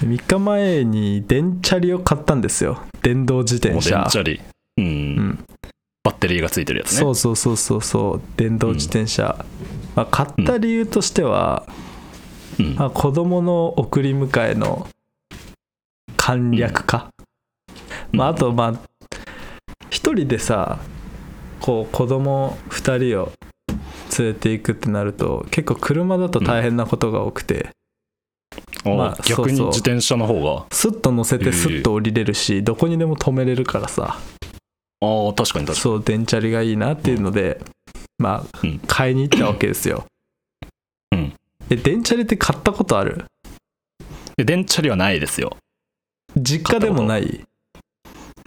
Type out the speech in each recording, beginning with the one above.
3日前に電チャリを買ったんですよ電動自転電車チャリ。うん。んバッテリーがついてるやつね。そうそうそうそうそう電動自転車、まあ、買った理由としては、うんまあ、子供の送り迎えの簡略化、うんまあ、あとまあ一人でさこう子供二人を連れていくってなると結構車だと大変なことが多くて、あーまあ逆そうにそう自転車の方が。スッと乗せええてスッと降りれるし、どこにでも止めれるからさああ、確かに確かそう電チャリがいいなっていうので、まあ、うん買いに行ったわけですよ、うんえ電チャリって買ったことあるに。で電チャリはないですよ。実家でもない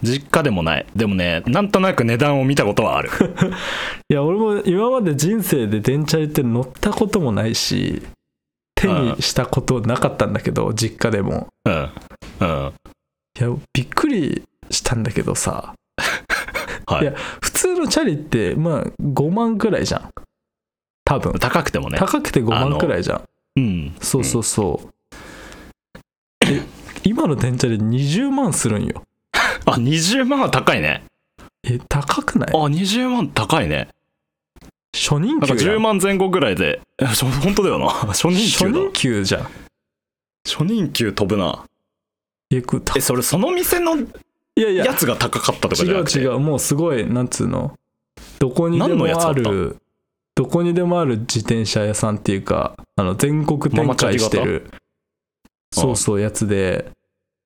実家でもない。でもね、なんとなく値段を見たこ とはある。いや俺も今まで人生で電チャリって乗ったこともないし手にしたことなかったんだけど実家でもうん。うん。いやびっくりしたんだけどさはいいや普通のチャリってまあ5万くらいじゃん多分高くてもね。高くて5あの万くらいじゃんうん。そうそうそう。え、今の電チャリ20万するんよ。あ、20万は高いね。え、高くないあ、20万高いね。初任なんか給や10ん万前後ぐらいで、えそ本当だよな。 初任初給だ任。給じゃん。初任給飛ぶな。え、これたえ、それその店のいやいや、やつが高かったとか違じゃなうくて。違う。う、もうすごい、なんつうの。どこにで何のもやつだあったる、どこにでもある自転車屋さんっていうか、あの全国展開してる、型そうそう、やつで。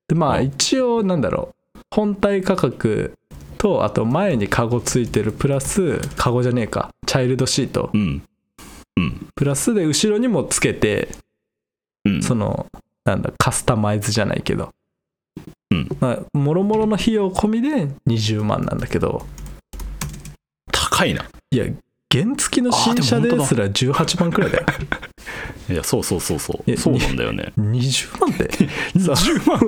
で、まあ、うん一応、なんだろう、本体価格と、あと前にカゴついてる、プラス、カゴじゃねえか、チャイルドシート。ん。うん。プラスで後ろにもつけてうん。そのなんだカスタマイズじゃないけどうんまあもろもろの費用込みで20万なんだけど高いな。いや原付きの新車あでもで本当すら18万くらいだ よいや、そうそうそうそ。いうやそうなんだよね。 20万ってそう20万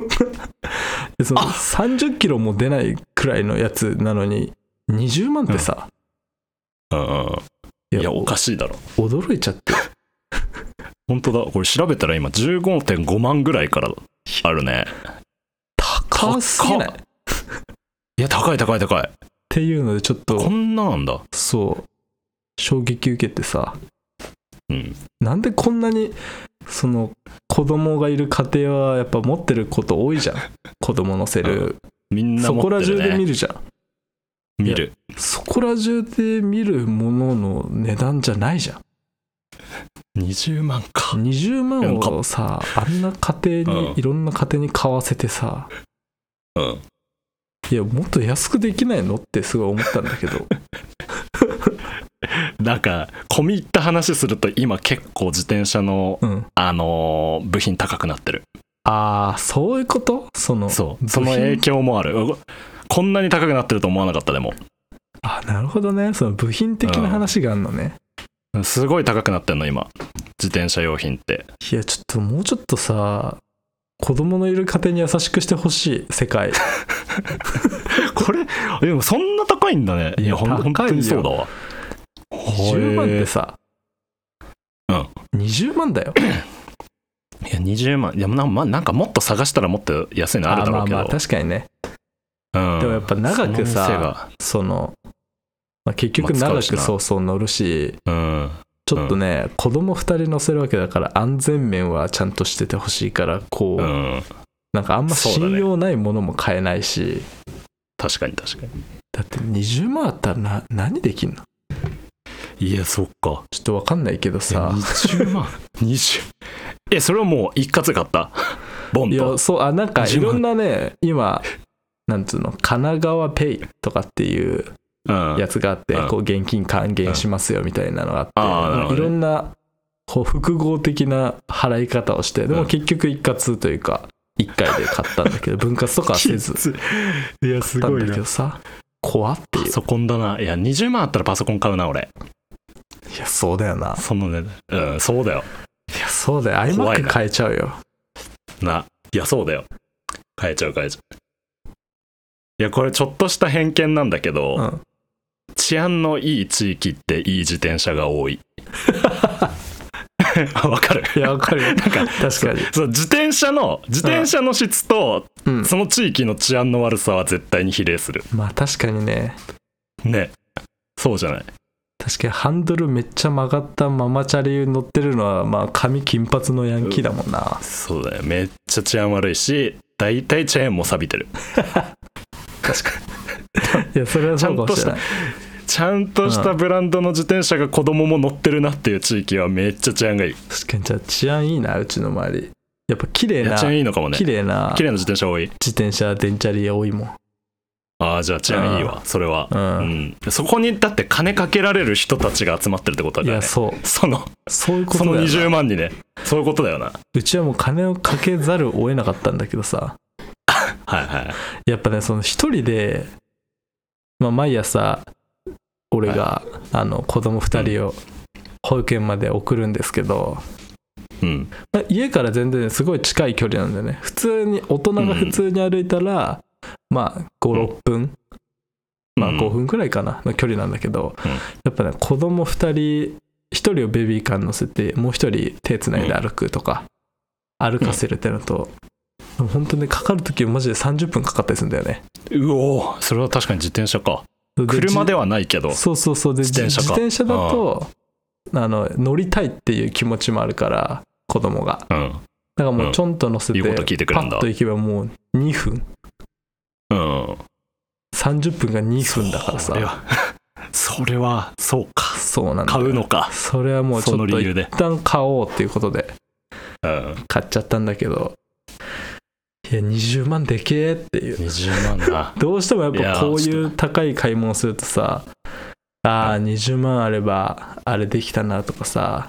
でそのあ30キロも出ないくらいのやつなのに20万ってさ、うん。いや、おかしいだろ。驚いちゃって本当だ。これ調べたら今15.5万ぐらいからあるね。高すぎないっ高っいや、高い高い高い。ていうのでちょっことんななんだ。そう衝撃受けてさうん。なんでこんなにその子供がいる家庭はやっぱ持ってること多い じゃん子供乗せるみんなそ持こらって中でる見ね。るじゃん見る。そこら中で見るものの値段じゃないじゃん20万か。 20で万もかをさあんな家庭に、うんいろんな家庭に買わせてさうん。いやもっと安くできないのってすごい思ったんだけど なんか、込み入った話すると今結構自転車の、うんあのー部品高くなってる。ああそういうことそのそう。部品その影響もある。うわこんなに高くなってると思わなかった、でも。あなるほどねその部品的な話があんのね、すごい高くなってんの、今。自転車用品って。いやちょっともうちょっとさ子供のいる家庭に優しくしてほしい世界これ、でもそんな高いんだね。いいや、やほん高いよ本当にそうだわ。 10万ってへさ、うん20万だよえいや、20万。いや、なまなんかもっと探したらもっと安いのあるだろうけど。まあまあ確かにねうん、でもやっぱ長くさその店がその、まあ、結局まあ長使うしくなそうそう乗るしうん。ちょっとね、子供2人乗せるわけだから安全面はちゃんとしててほしいからこう、うん。なんかあんまそうだね信用ないものも買えないし確かに確かだ,、って20万あったらな何できんのに。いや、そっか。ちょっとわかんないけどさ20万 20えそれはもう一括で買った ボンいとやそうあなんかい10ろんなね今なんつうの神奈川ペイとかっていううんやつがあって、うんこう現金還元しますよみたいなのがあーなるあっほて、どねいろんなこう複合的な払い方をしてでうもん結局一括というか1回で買ったんだけど分割とかはせず買いやすったんごいだけなどさ怖っていうパソコンだないや20万あったらパソコン買うな俺いやそうだよなそのねうんそうだよいやそうだよ怖い iMac な買えちゃうよないやそうだよ買えちゃう買えちゃういやこれちょっとした偏見なんだけど、うん治安のいい地域っていい自転車が多いあ わかるいやわかるよ なんか確かにそう自転車の自転車の質とうんその地域の治安の悪さは絶対に比例するまあ確かにねねそうじゃない確かにハンドルめっちゃ曲がったママチャリ乗ってるのはまあ髪金髪のヤンキーだもんな、そうだよめっちゃ治安悪いし大体チェーンも錆びてる確かにいやそれはそうかもしれないちゃんとしたブランドの自転車が子供も乗ってるなっていう地域はめっちゃ治安がいい確かにじゃあ治安いいなうちの周りやっぱ綺麗いやな治安いいのかもね綺綺麗麗なな自転車多い自転車電チャリ多いもんああじゃあ治安いいわそれはう、うんんそこにだって金かけられる人たちが集まってるってこといだよやねそうそのそういうこそとだのよな20万にねそういうことだよなうちはもう金をかけざるを得なかったんだけどさはいはいやっぱねその一人で、まあ、毎朝俺が、あの子供二人を保育園まで送るんですけど、うんまあ家から全然すごい近い距離なんだよね普通に大人が普通に歩いたら、まあ56分、まあうん5分くらいかなの距離なんだけど、うんやっぱね子供二人一人をベビーカーに乗せてもう一人手つないで歩くとか、歩かせるってのと、でも本当ねかかる時マジで30分かかったりするんだよねうおーそれは確かに自転車か車ではないけどそうそうそうで自自転車転か車だとあの乗りたいっていう気持ちもあるから子供がうだんからもうんうちょんと乗せて、言うこと聞いてくパるんだッと行けばもう2分うん30分が2分だからそれさはそれはそうかそうなんだよ買うのかそれはもうちそょのっと理一由で旦買おうっていうことでうん買っちゃったんだけどいや20万でけえっていう20万だどうしてもやっいやぱーこうちいょう高い買い物するとさああ20万あればあれできたなとかさ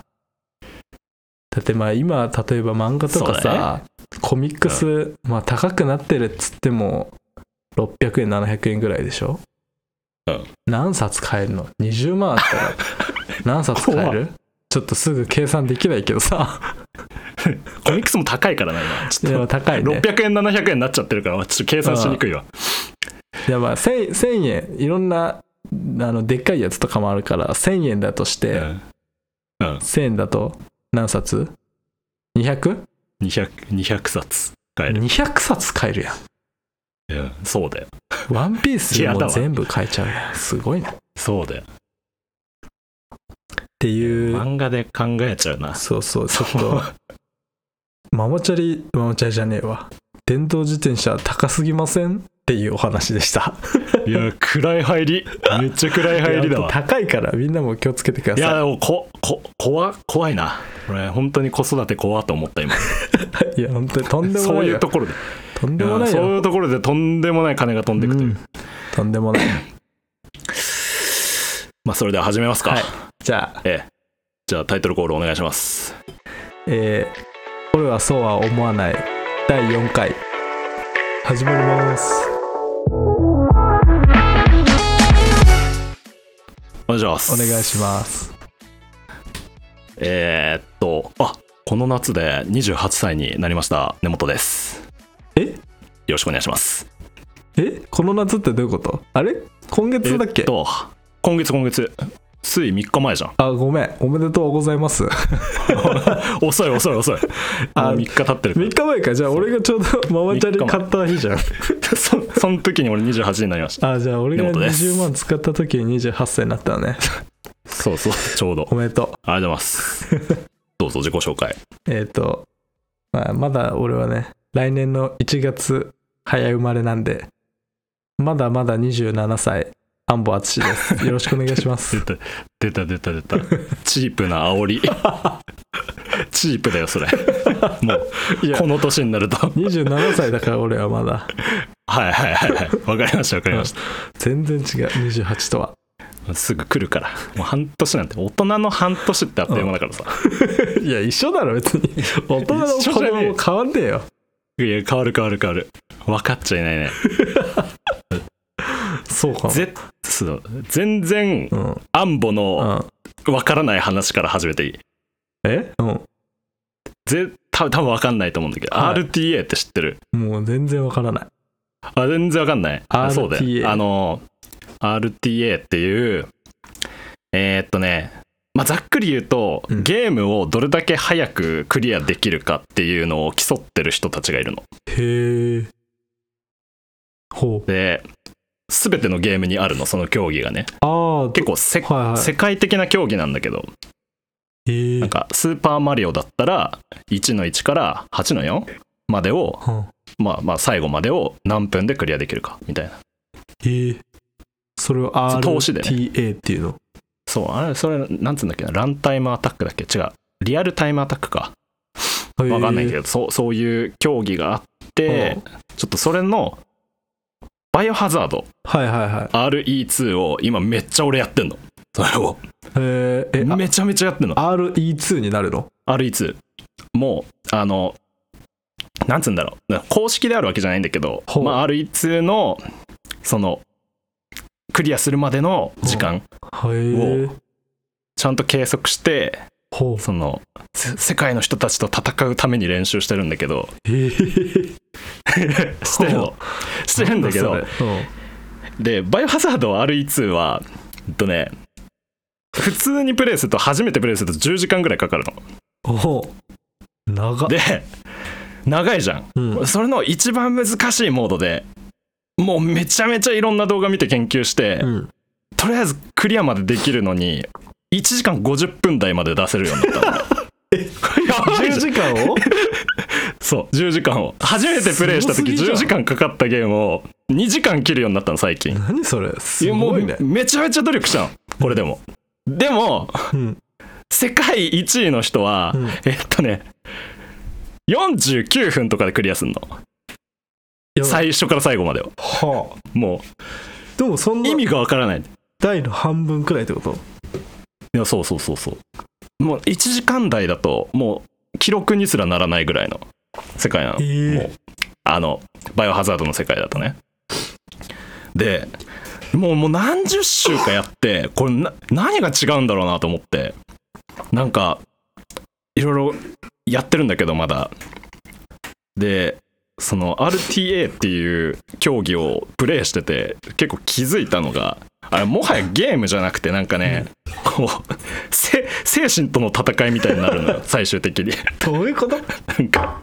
だってまあ今例えば漫画とかそうさ、コミックス、まあ高くなってるっつっても600円700円ぐらいでしょ、うん何冊買えるの20万あった ら何冊買え怖るちょっとすぐ計算できないけど さコミックスも高いからな今ちいやょっと高いね600円700円になっちゃってるからちょっと計算しにくいわいやまあ 1000, 1000円いろんなあのでっかいやつとかもあるから1000円だとして、うんうん1000円だと何冊 ?200?200 200 200冊買える冊買えるやうんそうだよん。ワンピースいやだもわ全部買えちゃうやん。 すごいな。っそうだよていう、漫画で考えちゃうなそう そう、ちょっそうと、ママチャリ、ママチャリじゃねえわ。電動自転車高すぎませんっていうお話でした。いや暗い入りめっちゃ暗い入りだわ高いからみんなも気をつけてくだいやさでもここ怖怖いな俺本当に子育て怖と思った今い。いや、本当にとんでもそなういいうよ。ところでとんいでもやないそうよ。いうところでとんでもない金が飛んでいくという、うんとんでもない。 まあそれでは始めますか、はいじゃあ、ええじゃあタイトルコールお願いしますえー、俺はそうは思わない第4回始まります。お願いしますお願いします。えー、っとあこの夏で28歳になりました根本ですえよろしくお願いしますえこの夏ってどういうことあれ今月だっけ、えっと今月今月つい3日前じゃんあごめんおめでとうございます 遅い遅い遅いああ3日経ってる3日前かじゃあ俺がちょうどママチャリ買った日じゃん そその時に俺28になりましたあじゃあ俺が根本です20万使った時に28歳になったのねそうそうちょうどおめでとありがとうございますどうぞ自己紹介う えっ、と、まあ、まだ俺はね来年の1月早生まれなんでまだまだ27歳安保淳ですよろしくお願いしますた出た出た出た チープな煽 りチープだよ それもういやこの年になるとはい27歳だから俺はまだはいはいはいわかりましたわかりました全然違う28とは すぐ来るからもう半年なんて大人の半年ってあっという間だからさ、 いや一緒だろ別に大人の子供も変わんねえよいや変わる変わる変わる分かっちゃいないねそうかもぜそう全然うんアンボのうん分からない話から始めていいえうぜ多多分分かんないと思うんだけど、はい RTA って知ってるんもう全然わからないあ全然わかんない。あそうだよ。 RTA あの、RTA っていう、えーっとね、まあ、ざっくり言うと、うんゲームをどれだけ早くクリアできるかっていうのを競ってる人たちがいるの。へえほうで全てのゲームにあるのその競技がねああ結構せ、はいはい世界的な競技なんだけどええなんか「スーパーマリオ」だったら1の1から8の4までをはまあまあ最後までを何分でクリアできるかみたいなええそれを投資で RTA っていうの、そうあれそれなんつうんだっけなランタイムアタックだっけ違うリアルタイムアタックかわわかんないけどど、そうそういう競技があってちょっとそれの「バイオハザードはいはいはい RE2」を今めっちゃ俺やってんのそれをえええめちゃめちゃやってんのあ RE2 になるの RE2 もうあのなんつうんだろう公式であるわけじゃないんだけど、ほうまあ、RE2 のそのクリアするまでの時間へえちゃんと計測してほうそのせ世界の人たちと戦うために練習してるんだけ どええしてるのしてるんだけどなんそれうんでバイオハザード RE2 はえっとね普通にプレイすると初めてプレイすると10時間ぐらいかかるのおお長っ、で長いじゃんうん、それの一番難しいモードでもうめちゃめちゃいろんな動画見て研究して、うんとりあえずクリアまでできるのに1時間50分台まで出せるようになったのこれやばいじ10ゃん時間 をそう10時間を初めてプレイしたすごすぎ時じゃん10時間かかったゲームを2時間切るようになったの最近何それすやもごういねめちゃめちゃ努力したのこれでもでもうん世界1位の人は、うんえっとね49分とかでクリアすんのやばい最初から最後までをはあもでもそんうな意味がわからない台の半分くらいってこといやそうそうそうそうもう1時間台だともう記録にすらならないぐらいの世界なの、えーもうあのバイオハザードの世界だとねでもうもう何十週かやってこれな何が違うんだろうなと思ってなんかいろいろやってるんだけどまだでその RTA っていう競技をプレイしてて結構気づいたのがあれもはやゲームじゃなくてなんかねこうせ精神との戦いみたいになるのよ最終的にどういうことなんか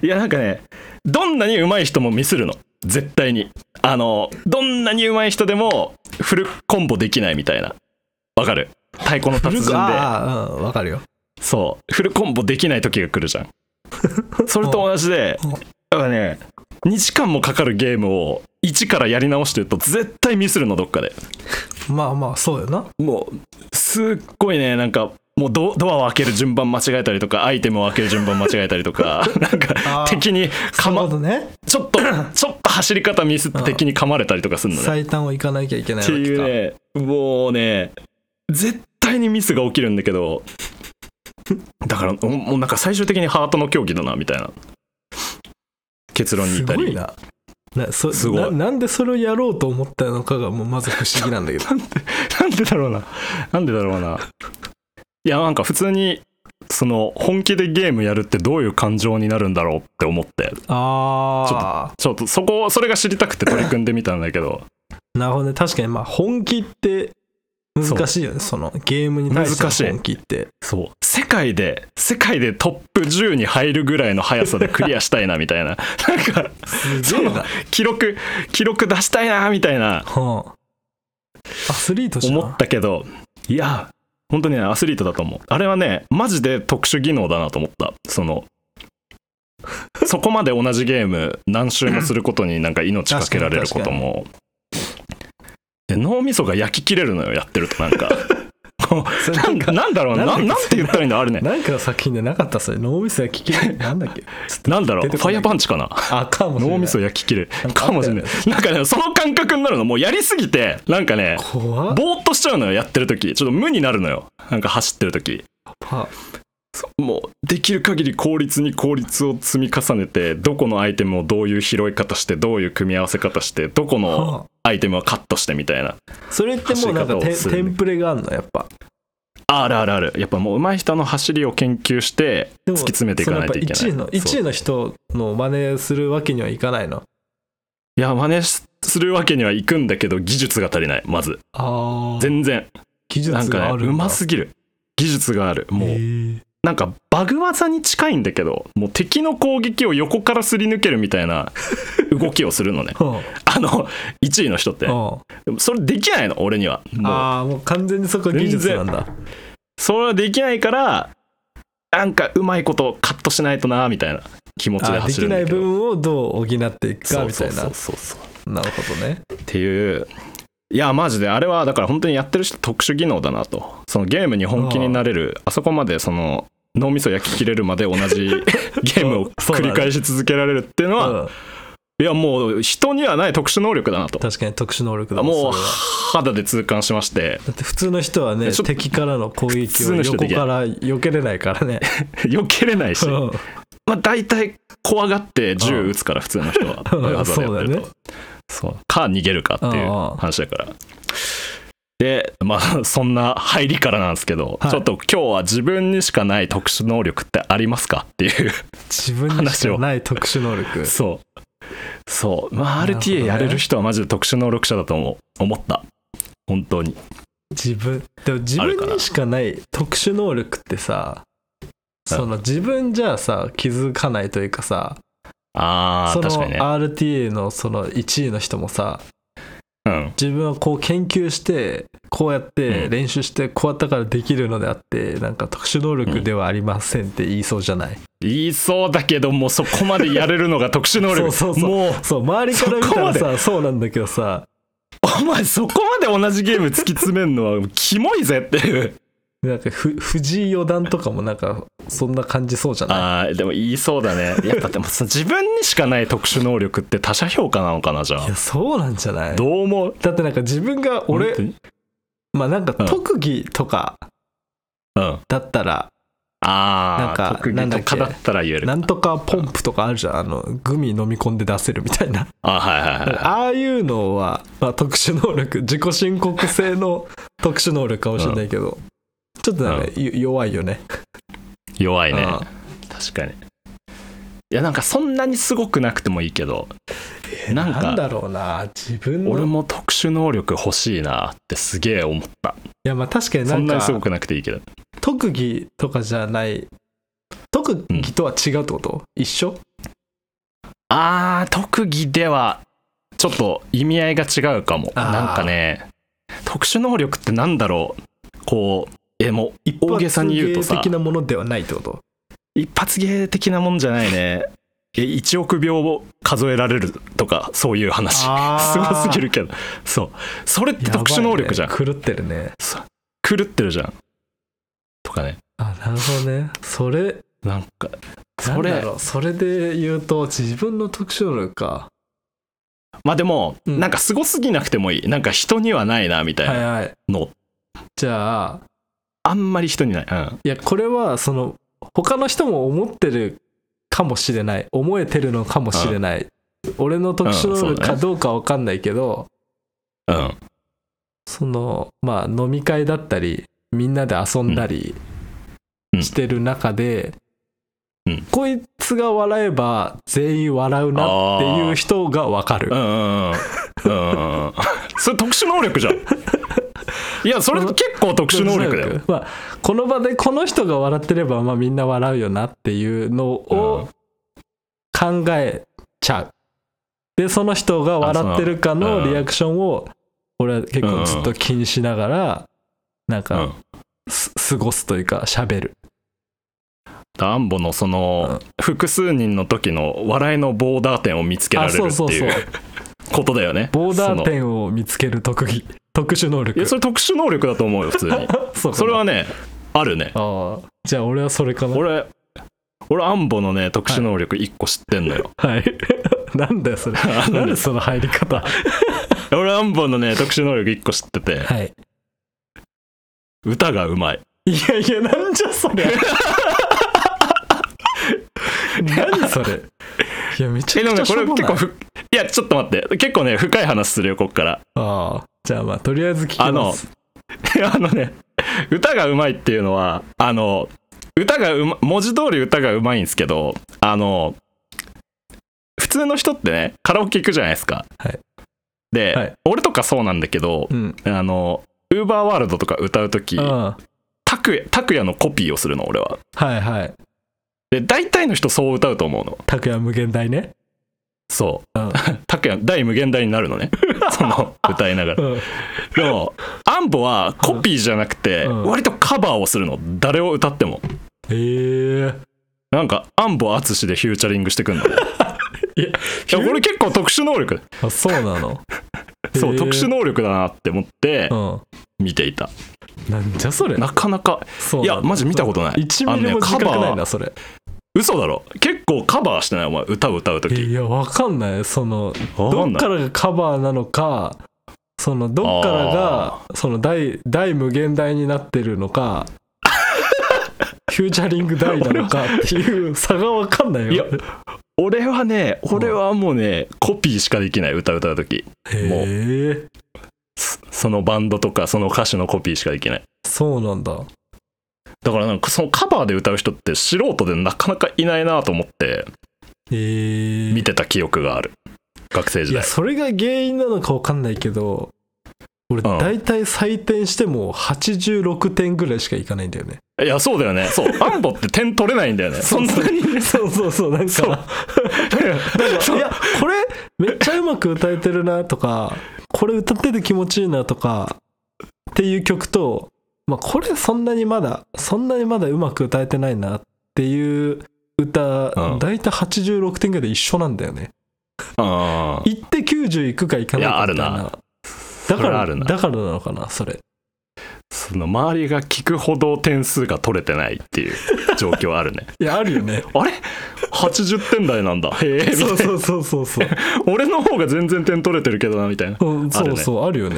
いやなんかねどんなに上手い人もミスるの絶対にあのどんなに上手い人でもフルコンボできないみたいなわかる太鼓の達人でああうんわかるよそうフルコンボできない時が来るじゃんそれと同じでうんやっぱね2時間もかかるゲームを1からやり直してると絶対ミスるのどっかでまあまあそうよなもうすっごいねなんかもうドドアを開ける順番間違えたりとかアイテムを開ける順番間違えたり とかなんかあー敵にかそういうまことねち ょっとちょっと走り方ミスって敵に噛まれたりとかするのね最短を行かなきゃいけないっわてけかいうねもうね絶対にミスが起きるんだけどだからもうもうなんか最終的にハートの競技だなみたいな結論にす至ごりいななそすごいななんでそれをやろうと思ったのかがもうまず不思議なんだけ どなんでだろうななんでだろうないやなんか普通にその本気でゲームやるってどういう感情になるんだろうって思ってあちょっとそこそれが知りたくて取り組んでみたんだけどあなるほどね確かにまあ本気って難しいよねそのゲームに対難ししていの本気ってそう世界で世界でトップ10に入るぐらいの速さでクリアしたいなみたいな なんかすそげえのな、記録記録出したいなみたいなはあ、アスリートじゃん思ったけどいや本当にねアスリートだと思うあれはねマジで特殊技能だなと思ったそのそこまで同じゲーム何周もすることになんか命かけられることもで脳みそが焼き切れるのよやってるとなんかこう それなんかなんだろうなななんんだなんて言ったらいいんだあれねなんかの作品でなかったそれ脳みそが聞け ないなんだっけなんだろう出フてこなァいイヤーパンチかなあかもしれない脳みそ焼き切れなんかあかったよもしねれないなんかねその感覚になるのもうやりすぎてなんかね怖っぼーっとしちゃうのよやってる時ちょっと無になるのよなんか走ってる時はもうできる限り効率に効率を積み重ねてどこのアイテムをどういう拾い方してどういう組み合わせ方してどこのあアイテムはカットしてみたいなそれってもうなんか走り方テをンするテンプレがあるのやっぱあるあるあるやっぱもう上手い人の走りを研究してで突き詰めていかないといけないそのやっぱ1位のそう1位の人の真似するわけにはいかないのいや真似するわけにはいくんだけど技術が足りないまずああ全然技なん術がかあねるうだますぎる技術があるもう、えーなんかバグ技に近いんだけどもう敵の攻撃を横からすり抜けるみた いな動きをするのねはあの1位の人ってあはでもそれできないの俺にはあもうああもう完全にそこ技術なんだそれはできないからなんかうまいことカットしないとなみたいな気持ちであで走きるんだなけいど部分をどう補っていくかみたいそなうそうそうそうなるほどねっていういやマジであれはだから本当にやってる人特殊技能だなとそのゲームに本気になれるあそこまでその脳みそ焼き切れるまで同 じゲームを繰り返し続けられるっていうのはうんいやもう人にはない特殊能力だなと確かに特殊能力だもうそれは肌で痛感しまして だって普通の人はねちょっと敵からの攻撃普を通の人横できなかいら避けれないからね避けれないしうんまあ大体怖がって銃撃つから普通の人はうんバイオハザードやってるとそそうか逃げるかっていう話だからでまあ そんな入りからなんですけど、はいちょっと今日は自分にしかない特殊能力ってありますかって いう自分にしかない特殊能力そうそうまあなるほどね RTA やれる人はマジで特殊能力者だと思う思った本当に自分でも自あるか分なにしかない特殊能力ってさその自分じゃさ気づかないというかさあそのあ確かにね RTA のその1位の人もさうん自分はこう研究してこうやってうん練習してこうやったからできるのであってなんか特殊能力ではありませんって言いそうじゃない言いそうだけどもうそこまでやれるのが特殊能力そうそうそうもうそう周りから見たらそこさそうなんだけどさお前そこまで同じゲーム突き詰めるのはキモいぜっていうなんかふ藤井四段とかもなんかそんな感じそうじゃないあーでも言いそうだねやっぱでもその自分にしかない特殊能力って他者評価なのかなじゃいやあそうなんじゃないどう思うだってなんか自分が俺本当にまあなんかうん特技とかうんあだったらなんあかー特なんだ技っとけかだったら言えるなんとかポンプとかあるじゃんあのグミ飲み込んで出せるみたいなあはいはいはいああいうのは、まあ、特殊能力自己申告制の特殊能力かもしれないけど、ちょっとなんかよ弱いよね弱いねうん確かにいやなんかそんなにすごくなくてもいいけどなんなんかだろうな自分の俺いも特殊能力欲しいなってすげえ思ったやまあ確かになそんんなにかすごくなくていいけど特技とかじゃない特技とは違うってこと、一緒あー特技ではちょっと意味合いが違うかもあーなんかね特殊能力ってなんだろうこうえもう大げさに言うと一さ発芸的なものではないってこと一発芸的なもんじゃないねえ1億秒を数えられるとかそういう話 すごすぎるるけどそうそれって特殊能力じゃん、狂ってるねそう狂ってるじゃんとかねあなるほどねそれなんかそそれれそれで言うと自分の特殊能力かまあでも、うんなんかすごすぎなくてもいいなんか人にはないなみたいはいなはいの、じゃああんまり人にない、うん、いやこれはその他の人も思ってるかもしれない思えてるのかもしれない、俺の特殊能うんそう力だねかどうかわかんないけど、うんそのまあ飲み会だったりみんなで遊んだりうんうんしてる中で、うんこいつが笑えば全員笑うなっていう人がわかるうんうんうんうんうん。それ特殊能力じゃん。いや、それ結構特殊能力だよ。まあ、この場でこの人が笑ってれば、まあ、みんな笑うよなっていうのうんを考えちゃう。でその人が笑ってるかあそののリアクションを俺は結構ずっと気にしながらなんうかん。す過ごすというか喋る。ダンボのその、複数人の時の笑いのボーダー点を見つけられるあってそうそういそううことだよね。ボーダーその点を見つける特技特殊能い力。や、それ特殊能力だと思うよ、普通 に。そうかなそれはね、あるね。ああじゃあ俺はそれかな。俺、俺、アンボのね、特殊能力1個知ってんのよ。はい。 なんだよ それ。あのねなんでその入り方。俺、アンボのね、特殊能力1個知ってて、はい。歌がうまい。いやいや、なんじゃそれ。何それ。いや、めちえ、ゃでくちもね、ゃしこょれうも結ない構。ふ、いや、ちょっと待って。結構ね、深い話するよ、こっから。ああ、じゃあまあ、とりあえず聞きあまのす。い やあのね歌がうまいっていうのはあの歌がうま文字通り歌がうまいんですけどあの普通の人ってねカラオケ行くじゃないですか、はいで、はい俺とかそうなんだけどう、ん。あのウーバーワールドとか歌う時ああ拓也拓也のコピーをするの俺ははいはいで大体の人そう歌うと思うの拓也無限大ねそううん 拓也大無限大になるの ねその歌いながらうんでもアンボはコピーじゃなくてうん割とカバーをするの誰を歌ってもえー、なんかアンボ淳でフューチャリングしてくんのい いやや俺結構特殊能力あそうなの そう特殊の能力だなって思ってう見ていたんなんじゃそれなかなかそういなんやだマジ見たことない1ミリもあのね自覚ないカバなーそれ嘘だろ結構カバーしてないお前歌を歌う時いやわかんないそのどっからがカバーなのかそのどっからがその大大無限大になってるの かフューチャリング大なのかっていう差がわかんないよいや俺はね俺はもうね、コピーしかできない歌歌う時もうへえそそのバンドとかその歌手のコピーしかできないそうなんだだからなんかそのカバーで歌う人って素人でなかなかいないなと思ってへえ見てた記憶がある学生時いや代それが原因なのかわかんないけど俺うん大体採点しても86点ぐらいしかいかないんだよねいやそうだよねそう アンボって点取れないんだよねそんなにそうそうそうなんそうか いやこれめっちゃうまく歌えてるなとかこれ歌ってて気持ちいいなとかっていう曲と、まあ、これそんなにまだそんなにまだうまく歌えてないなっていう歌、うん大体86点ぐらいで一緒なんだよねあ行って90いくかいかないいやかあるみたいななだれからあるなだからなのかなそれその周りが聞くほど点数が取れてないっていう状況あるねいやあるよね あれ80点台なんだへえ みたいなそうそうそうそうそ う俺の方が全然点取れてるけどなみたいなうんあるそうねそうあるよね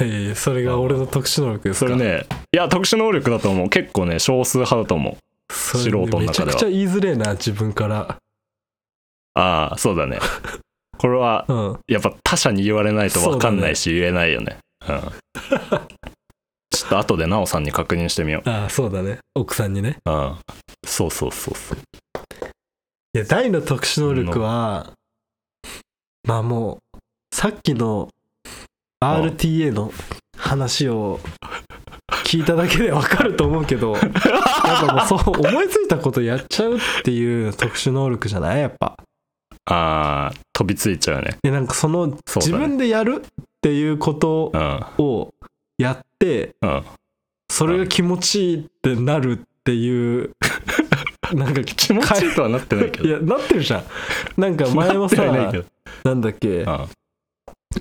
へえそれが俺の特殊能力ですそかれねいや特殊能力だと思う結構ね少数派だと思うそれ素人の中ではめちゃくちゃ言いづれえな自分からああそう だねこれはうんやっぱ他者に言われないと分かんないし言えないよねうん ちょっと後で奈緒さんに確認してみよああそうだね奥さんにねううんそうそうそうそういや大の特殊能力はまあもうさっきのん RTA の話を聞いただけでわかると思うけどやっぱもうそう思いついたことやっちゃうっていう特殊能力じゃないやっぱああ飛びついちゃうねえなんかそのそう自だね分でやるっていうことうんをやってうんそれが気持ちいいってなるっていう なんか気持ちいいとはなってないけどいやなってるじゃんなんか前もさ なっなてはいないけどんだっけうん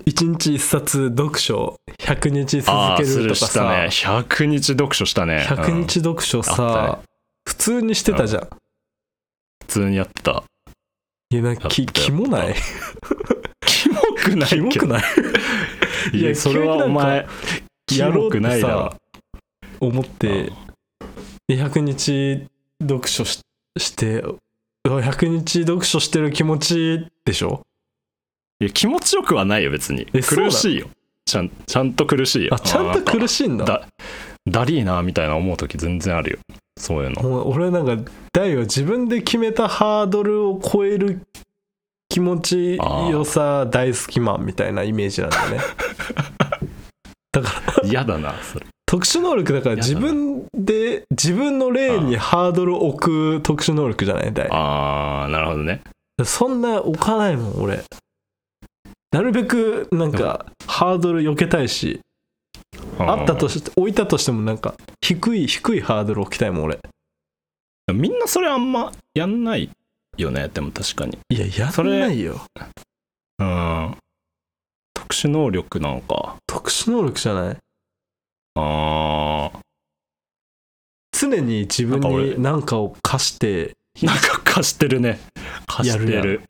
一日一冊読書100日あ続あけするるとかしたねさ100日読書したね100うん日読書あったさ普通にしてたじゃん普通にやってたいやなんかきやったよキモない キモくないけキどモくないいいややそれはお前やろうっ キモくなていださろ思ってで100日読書ししてうわ100日読書してる気持ちいいでしょいや気持ちよくはないよ別にえそうなの苦しいよちゃんちゃんと苦しいよあちゃんと苦しいんだだだりーなみたいな思う時全然あるよそうい うのもう俺なんか大は自分で決めたハードルを超える気持ちよさ大好きマンみたいなイメージなん だよねだから嫌だなそれ特殊能力だからやだな自分で自分の例にハードルを置く特殊能力じゃない大あーなるほどねそんな置かないもん俺なるべくなんかハードル避けたいしあったとしして置いたとしてもなんか低い低いハードル置きたいもん俺みんなそれあんまやんないよねでも確かにいややそんれないようん特殊能力なのか特殊能力じゃないあ常に自分なんか俺に何かを課してーなんか貸してるね貸してるやる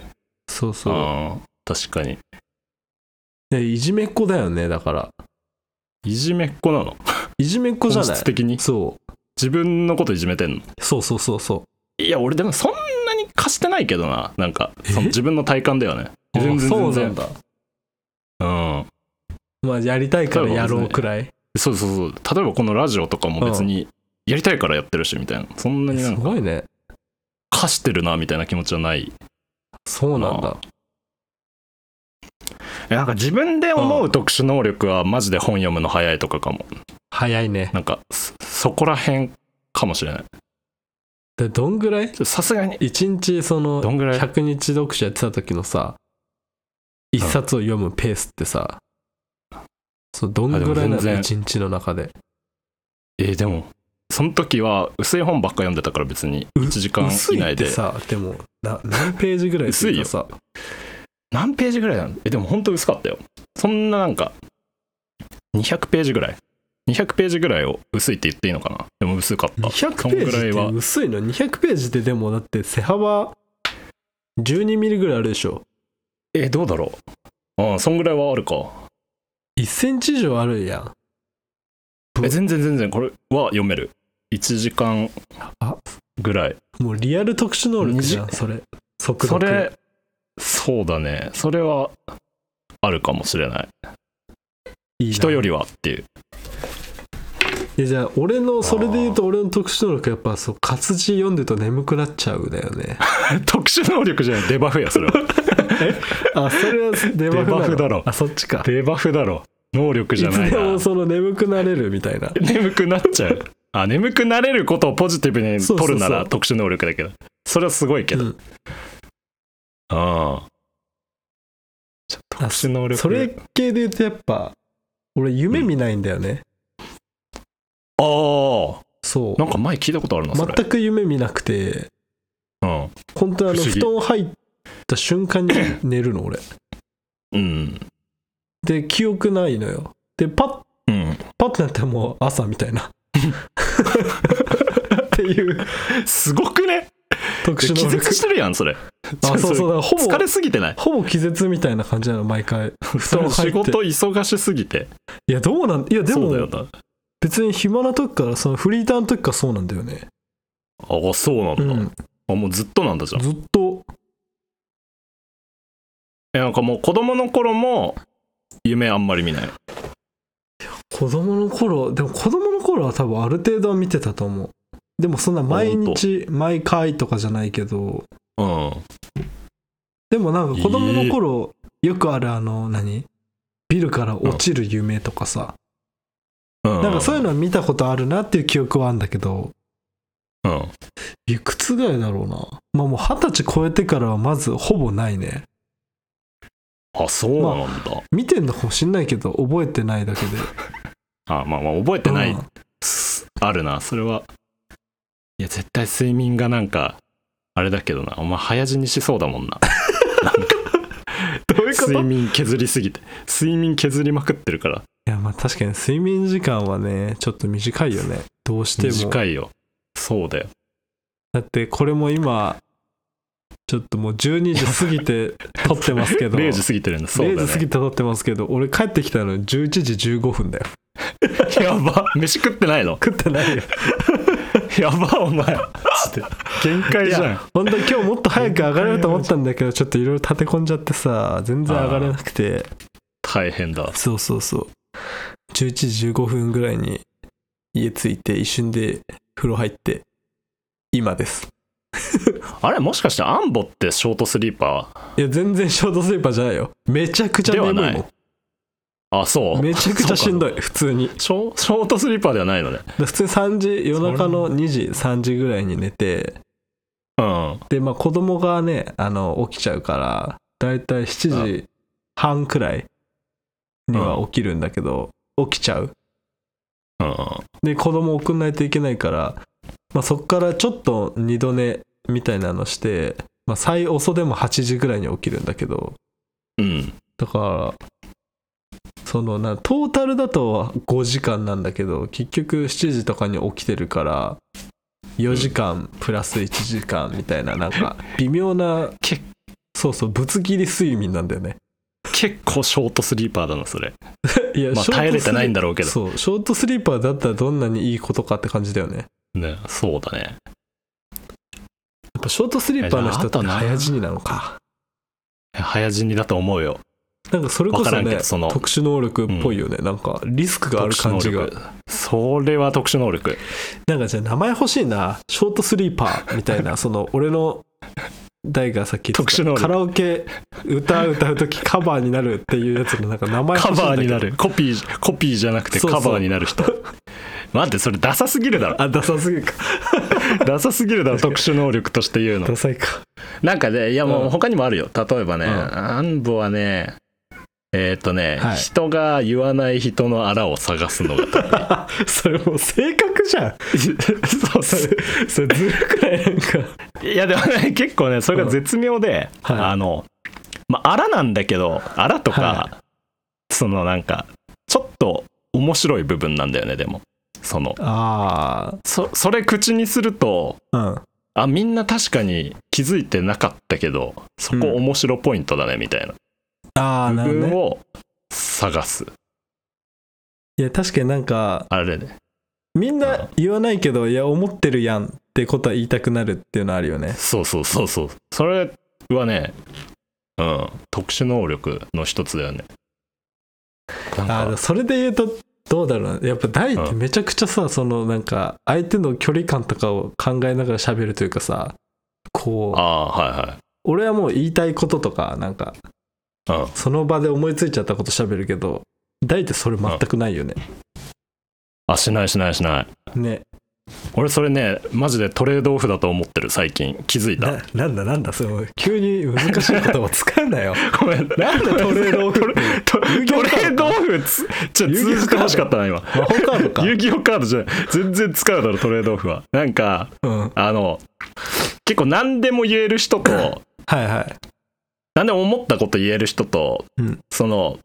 そうそあー確かにうでいじめっ子だよねだからいじめっ子なのいじめっ子じゃ本な質い的にそ自分のこといじめてんのうそうそうそうそういや俺でもそんなに貸してないけどななんかそのえ自分の体感だよね全然あ全そうな然んだうんまあやりたいからやろうくらいそうそうそう例えばこのラジオとかも別にやりたいからやってるしみたいなそんなになすんかごいね貸してるなみたいな気持ちはないそうなんだなんか自分で思う特殊能力はマジで本読むの早いとかかも早いねなんかそそこら辺かもしれないちょでどんぐらいっとさすがに一日そのどんぐらい100日読書やってた時のさ一冊を読むペースってさ、そうどんぐらいなあでも全の然一日の中でえーでもその時は薄い本ばっか読んでたから別に1時間薄以いっ内てでさでもな何ページぐらいってうかさ何ページぐらいなのえでも本当薄かったよそんななんか200ページぐらい200ページぐらいを薄いって言っていいのかなでも薄かった200そんペーぐらジいっては薄いの200ページってでもだって背幅12ミリぐらいあるでしょえどうだろううんそんぐらいはあるか1センチ以上あるやんえ全然全然これは読める1時間あぐらいもうリアル特殊能力じゃん二十それ速そ読れそうだねそれはあるかもしれないいいな人よりはっていういやじゃあ俺のそれで言うと俺の特殊能力やっぱそう活字読んでると眠くなっちゃうだよ ね特殊能力じゃないデバフやそ れはあそれはデバフデだバろフだろあそっちかデバフだろ能力いじゃないつでなもその眠くなれるみたいな眠くなっちゃうあ眠くなれることをポジティブにそうそうそ取うるなら特殊能力だけどそれはすごいけど、うんああちょっと特殊能力それ系で言うとやっぱ俺夢見ないんだよね、あそあなんか前聞いたことあるなうそれ、全く夢見なくてうん本当にあの不思布議団入った瞬間に寝るの俺うんで記憶ないのよでパッうん、パッてなってもう朝みたいなっていうすごくね特殊気能力絶してるやんそれあ そうそうだからほぼ疲れすぎてないほぼ気絶みたいな感じなの毎回布そ団の入仕って事忙しすぎていやどうなんいやでそうだよもな別に暇な時からそのフリーターの時からそうなんだよねあそうなんうだ、んあもうずっとなんだじゃんずっとえなんかもう子供の頃も夢あんまり見ない子供の頃でも子供の頃は多分ある程度は見てたと思うでもそんな毎日毎回とかじゃないけどうんでもなんか子供の頃よくあるあの何ビルから落ちる夢とかさ、うんなんかそういうのは見たことあるなっていう記憶はあるんだけどうんいくつぐらいだろうなまあもう二十歳超えてからはまずほぼないねあそうなんだ、見てんのかもしんないけど覚えてないだけであまあまあ覚えてない、うんすあるなそれはいや絶対睡眠がなんかあれだけどなお前早死にしそうだもんななんかどういうこと睡眠削りすぎて睡眠削りまくってるからいやまあ確かに睡眠時間はねちょっと短いよねどうしても短いよそうだよだってこれも今ちょっともう12時過ぎて撮ってます けど0時過ぎてるんだそうだ0時過ぎねて撮ってますけど俺帰ってきたの11時15分だよやば飯食ってないの食ってないよやばお 前限界じゃん本当に今日もっと早く上がれると思ったんだけどちょっといろいろ立て込んじゃってさ全然上がれなくて大変だそうそうそう11時15分ぐらいに家着いて一瞬で風呂入って今ですあれもしかしてアンボってショートスリーパいや全然ショートスリーパーじゃないよめちゃくちゃ眠いではなもいーあそんうめちゃくちゃしんいどい普通にショショートスリーパーではないのねで普通に3時夜中の2時3時ぐらいに寝てうんでまあ子供がねあの起きちゃうからだいたい7時半くらいには起きるんだけど、起きちゃううんで子供送んないといけないから、まあ、そっからちょっと二度寝みたいなのして、まあ、最遅でも8時ぐらいに起きるんだけどうん。だからそのなトータルだと5時間なんだけど結局7時とかに起きてるから4時間プラス1時間みたいななんか微妙なけそうそうぶつ切り睡眠なんだよね結構ショートスリーパーだな、それ。いやまあ、耐えれてないんだだろうけど。そうショートスリーパーだったらどんなにいいことかって感じだよねね、そうだね。やっぱショートスリーパーの人っていやあとな早死になのか早死にだと思うよ。なんかそれこわかそらんけねど、その。特殊能力っぽいよね、なんかリスクがある感じが特殊能力それは特殊能力。なんかじゃあ名前欲しいなショートスリーパーみた いなその俺の大がさっき言っ特殊てた能力カラオケ歌歌う時カバーになるっていうやつのなんか名前欲カしいんだけどバーになる。コピー、コピーじゃなくてそうそカう バーになる人。待ってそれダサすぎるだろあダサすぎるかダサすぎるだろ特殊能力として言うのダサいかなんかねいやもううん他にもあるよ例えばね、うんアンボはねえーっ、とね、はい人が言わない人のあらを探すのが得意それもう性格じゃんそうそれそれずるくないなんか いやでもね結構ねそれが絶妙で、うんはいあのまあアラなんだけどアラとか、はそのなんかちょっと面白い部分なんだよねでもそのあそそれ口にするとああみんな確かに気づいてなかったけどそこうん面白ポイントだねみたいうんああななる部ほど分ねを探す、いや確かになんかあれねみんな言わないけどいや思ってるやんってことは言いたくなるっていうのあるよねそうそうそうそうそれはねうん特殊能力の一つだよねなんあーかでもそれで言うとどうだろうなやっぱ大ってめちゃくちゃさ、そのなんか相手の距離感とかを考えながら喋るというかさこうあーはいはい俺はもう言いたいこととかなんかうんその場で思いついちゃったこと喋るけど大ってそれ全くないよね、あしないしないしないね俺それねマジでトレードオフだと思ってる最近気づいたなんだなんだその急に難しい言葉使うな よごめんなんでトレードオフトレト遊戯ト王レカードードオフつちょ遊戯王カード通じてほしかったな今魔法カードか遊戯王カードじゃない全然使うだろトレードオフはなんかうんはいあの結構何でも言える人とはい何でも思ったこと言える人と、うんその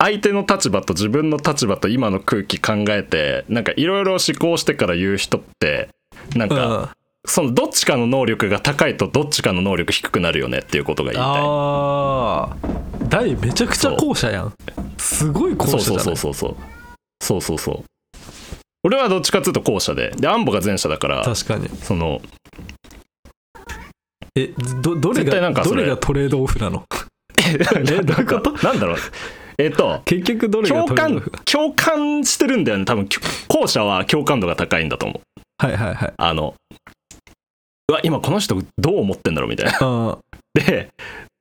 相手の立場と自分の立場と今の空気考えてなんかいろいろ思考してから言う人ってなんか、うんそのどっちかの能力が高いとどっちかの能力低くなるよねっていうことが言いたあいあ大めちゃくちゃ後者やんすごい後そ者うじそゃなういそうそうそうそうそうそう俺はどっちかっつうと後者ででアンボが前者だから確かにそのえどどれ絶対ながんかそどれれがトレードオフなの えどういうことなんだろうえっと結局どれが共トレードオ感フ共感してるんだよね多分きょ後者は共感度が高いんだと思うはいはいはいあのうわ今この人どう思ってんだろうみたいな うんで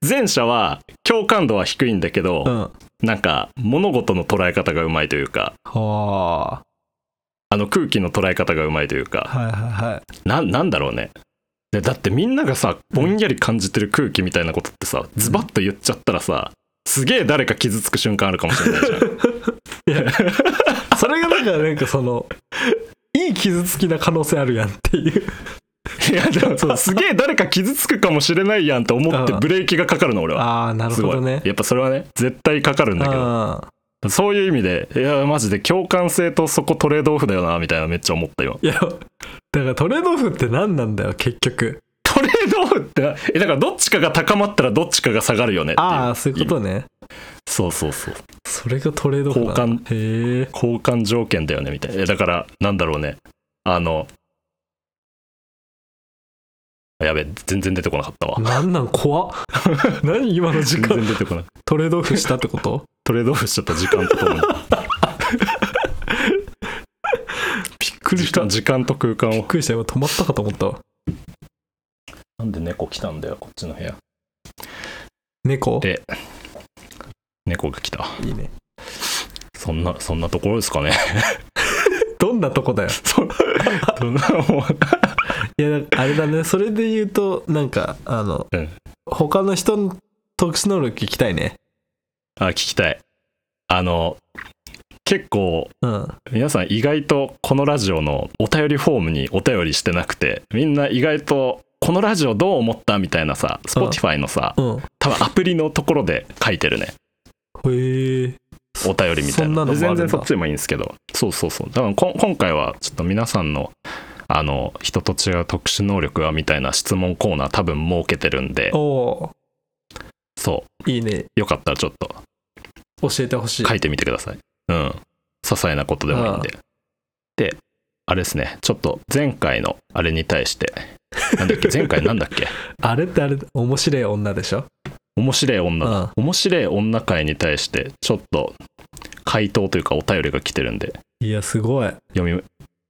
前者は共感度は低いんだけど、うんはなんか物事の捉え方がうまいというかああの空気の捉え方がうまいというかはいはいはいななんだろうねでだってみんながさぼんやり感じてる空気みたいなことってさ、ズバッと言っちゃったらさすげえ誰か傷つく瞬間あるかもしれないじゃんそれがだからなんかそのいい傷つきな可能性あるやんっていういやでも そうすげえ誰か傷つくかもしれないやんと思ってうんブレーキがかかるの俺は ああなるすほごいどねやっぱそれはね絶対かかるんだけどあそういう意味でいやマジで共感性とそこトレードオフだよなみたいなめっちゃ思ったよいやだからトレードオフって何なんだよ結局トレードオフってえだからどっちかが高まったらどっちかが下がるよねっていうああそういうことねそうそうそうそれがトレードオフなの交へえ交換条件だよねみたいなえだからなんだろうねあのやべ全然出てこなかったわなんなん 怖っ何今の時全間然出てこないトレードオフしたってことトレードオフしちゃった時間ととも にびっくり時した間時間と空間びっをくりした今止まったかと思ったわなんで猫来たんだよこっちの部屋猫で猫が来たいいねそんなそんなところですかね どんなとこだよそどんなもんいやあれだねそれで言うとなんかあの、うん他の人の特殊能力聞きたいねあ聞きたいあの結構うん皆さん意外とこのラジオのお便りフォームにお便りしてなくてみんな意外とこのラジオどう思ったみたいなさ Spotify のさうん多分アプリのところで書いてるねへえお便りみたいそんななのもあるんだ全然そっちでもいいんですけどそうそうそう多分こ今回はちょっと皆さんのあの人と違う特殊能力はみたいな質問コーナー多分設けてるんでおおそいいねうよかったらちょっと教えてほしい書いてみてくださいうん些細なことでもいいんでであれですねちょっと前回のあれに 対してなんだっけ前回なんだっけあれってあれ面白い女でしょ面白いうん女は面白い女会に対してちょっと回答というかお便りが来てるんでいやすごい読み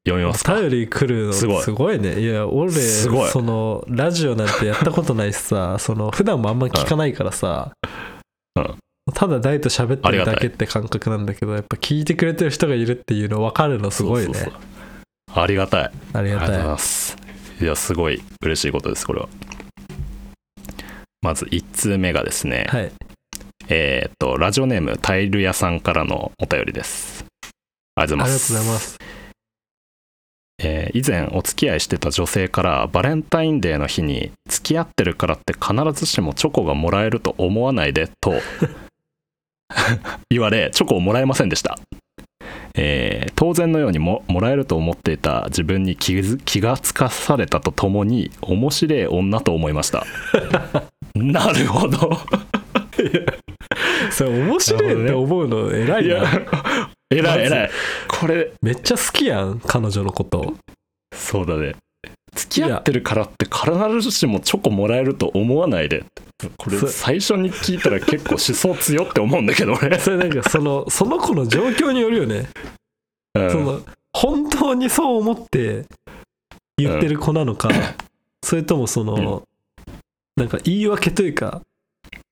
読みますかお便り来るのすごいすごいねいや俺すごいその ラジオなんてやったことないしさその普段もあんま聞かないからさ、うんただ大と喋ってありるがたいだけって感覚なんだけどやっぱ聞いてくれてる人がいるっていうの分かるのすごいねそうそうそうありがたいあありりががとうたございいますいやすごい嬉しいことですこれはまず1通目がですね、はいえーっとラジオネームタイル屋さんからのお便りですありがとうありがございまとすうございますえー以前お付き合いしてた女性からバレンタインデーの日に付き合ってるからって必ずしもチョコがもらえると思わないでと言われチョコをもらえませんでした、えー当然のようにももらえると思っていた自分に気づ気がつかされたとともに面白い女と思いましたなるほどそれ面白いって思うの偉いいやな偉いまず偉いこれめっちゃ好きやん彼女のことそうだね付き合ってるからって必ずしもチョコもらえると思わないでこれそ最初に聞いたら結構思想強って思うんだけど 俺、それなんかその その子の状況によるよね、うんその本当にそう思って言ってる子なのか、それともその、なんか言い訳というか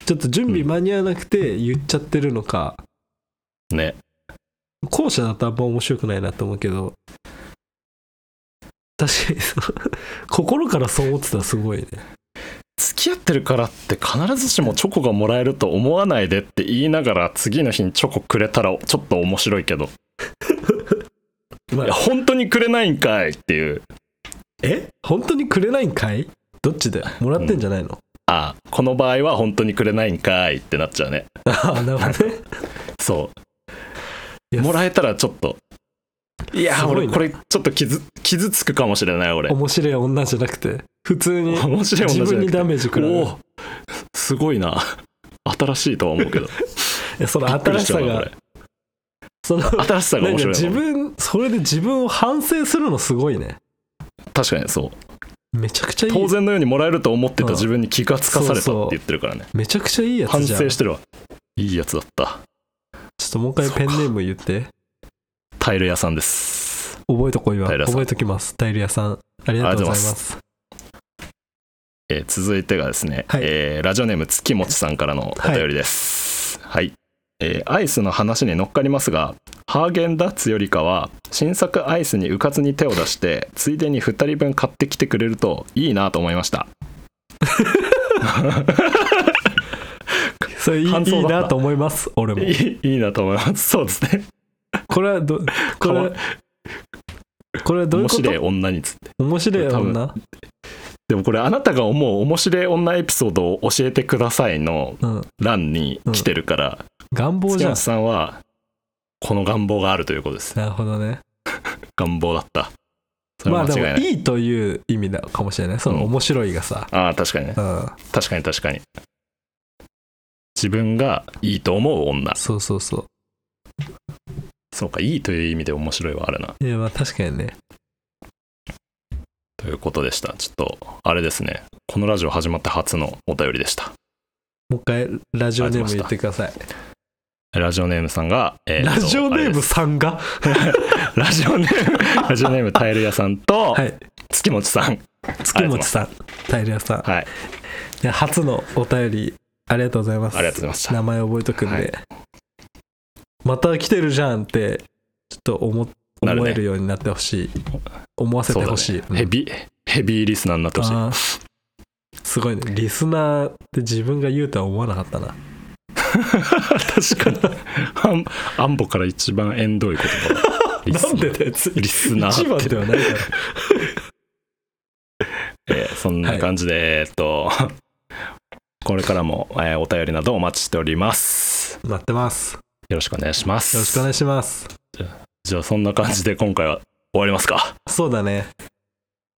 ちょっと準備間に合わなくて言っちゃってるのか、ね後者だとあんま面白くないなと思うけど確かにその 心からそう思ってたらすごいね付き合ってるからって必ずしもチョコがもらえると思わないでって言いながら次の日にチョコくれたらちょっと面白いけどいまあや本当にくれないんかいっていうえ本当にくれないんかいどっちでもらってんじゃないの、ああこの場合は本当にくれないんかいってなっちゃうねああなるほどねそいうやもらえたらちょっといやすごい俺なこれちょっと傷傷つくかもしれない俺面白い女じゃなくて普通に面自白い女じゃ分なにくてダメージ食らうおおすごいな新しいとは思うけどいやそのびっく 新りししちゃさうながそのこれ新しさがなん面か白自いな分それで自分を反省するのすごいね確かにそうめちゃくちゃいい当然のようにもらえると思ってうんた自分に気がつかさそれたうっそうて言ってるからねめちゃくちゃいいやつ反じゃん省してるわいいやつだったちょっともう一回ペンネーム言ってタイル屋さんです覚えとこう今平さん覚えときますタイル屋さんありがとうございますえー続いてがですね、はいえーラジオネーム月持ちさんからのお便りですはい、えーアイスの話に乗っかりますがハーゲンダッツよりかは新作アイスにうかずに手を出してついでに2人分買ってきてくれるといいなと思いましたそれいい感想いいだったなと思います俺もいいいいなと思いますそうですねこれはどこかれわこれはどういう面こ白いと女について面白い多分女でもこれあなたが思う面白い女エピソードを教えてくださいのうん欄に来てるから、願望月じゃん本さんはこの願望があるということですなるほどね願望だったそれまはあ間違でいない、もいいという意味だかもしれないその面白いがさああ確かにねうん確かに確かに自分がいいと思う女そうそうそそうかいいという意味で面白いはあるなういやまあ確かにねということでしたちょっとあれですねこのラジオ始まって初のお便りでしたもう一回ラジオネーム言ってくださいラジオネームさんが、えーラとジオあネれーでムすさんがラジオネー ムラジオネームタイル屋さんと、はい月持ちさん月持さん大良さんはいいや初のお便りありがとうございますありがとうございました名前覚えとくんで、はいまた来てるじゃんってちょっと思なるね思えるようになってほしい思わせてほしい、ヘビヘビーリスナーになってほしいあーすごいねリスナーって自分が言うとは思わなかったな確かに アンアンボから一番縁遠い言葉リスナ なんーでだよつリスナーっ一て番ではないからえーそんな感じで、えーっと これからも、えーお便りなどお待ちしております待ってますよよろしくお願いしますろしくお願いしますじゃあそんな感じで今回は終わりますかそうだね、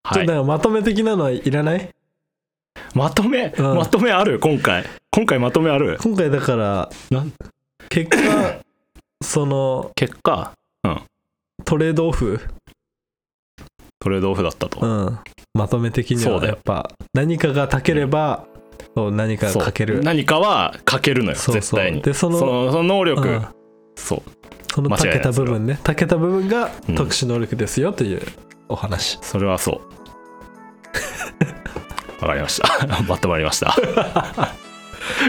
はちょっいとなんかまとめ的なのはいらないまとめ、うんまとめある今回今回まとめある今回だからなん結 果その結果トレードオフトレードオフだったと、うん、まとめ的にそうはだやよっぱ何かがたければ、そう何かそうがかける何かはかけるのよそう絶そう対にでそのそのその能力、うんそうその間違いたないけた部分ねたけた部分がうん特殊能力ですよというお話、それはそう わかりましたまとまりました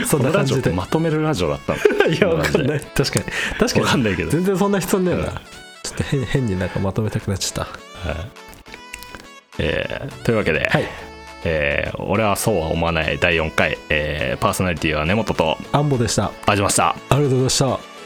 そんなラ感ジオっじてでまとめるラジオだったのいやわかんない確かに確かわにかんないけど、全然そんな必要ねえな、うんちょっと変変になんかまとめたくなっちゃったはいえーというわけで、はいえー俺はそうは思わない第4回、えーパーソナリティは根本とアンボでしたあじましたありがとうございました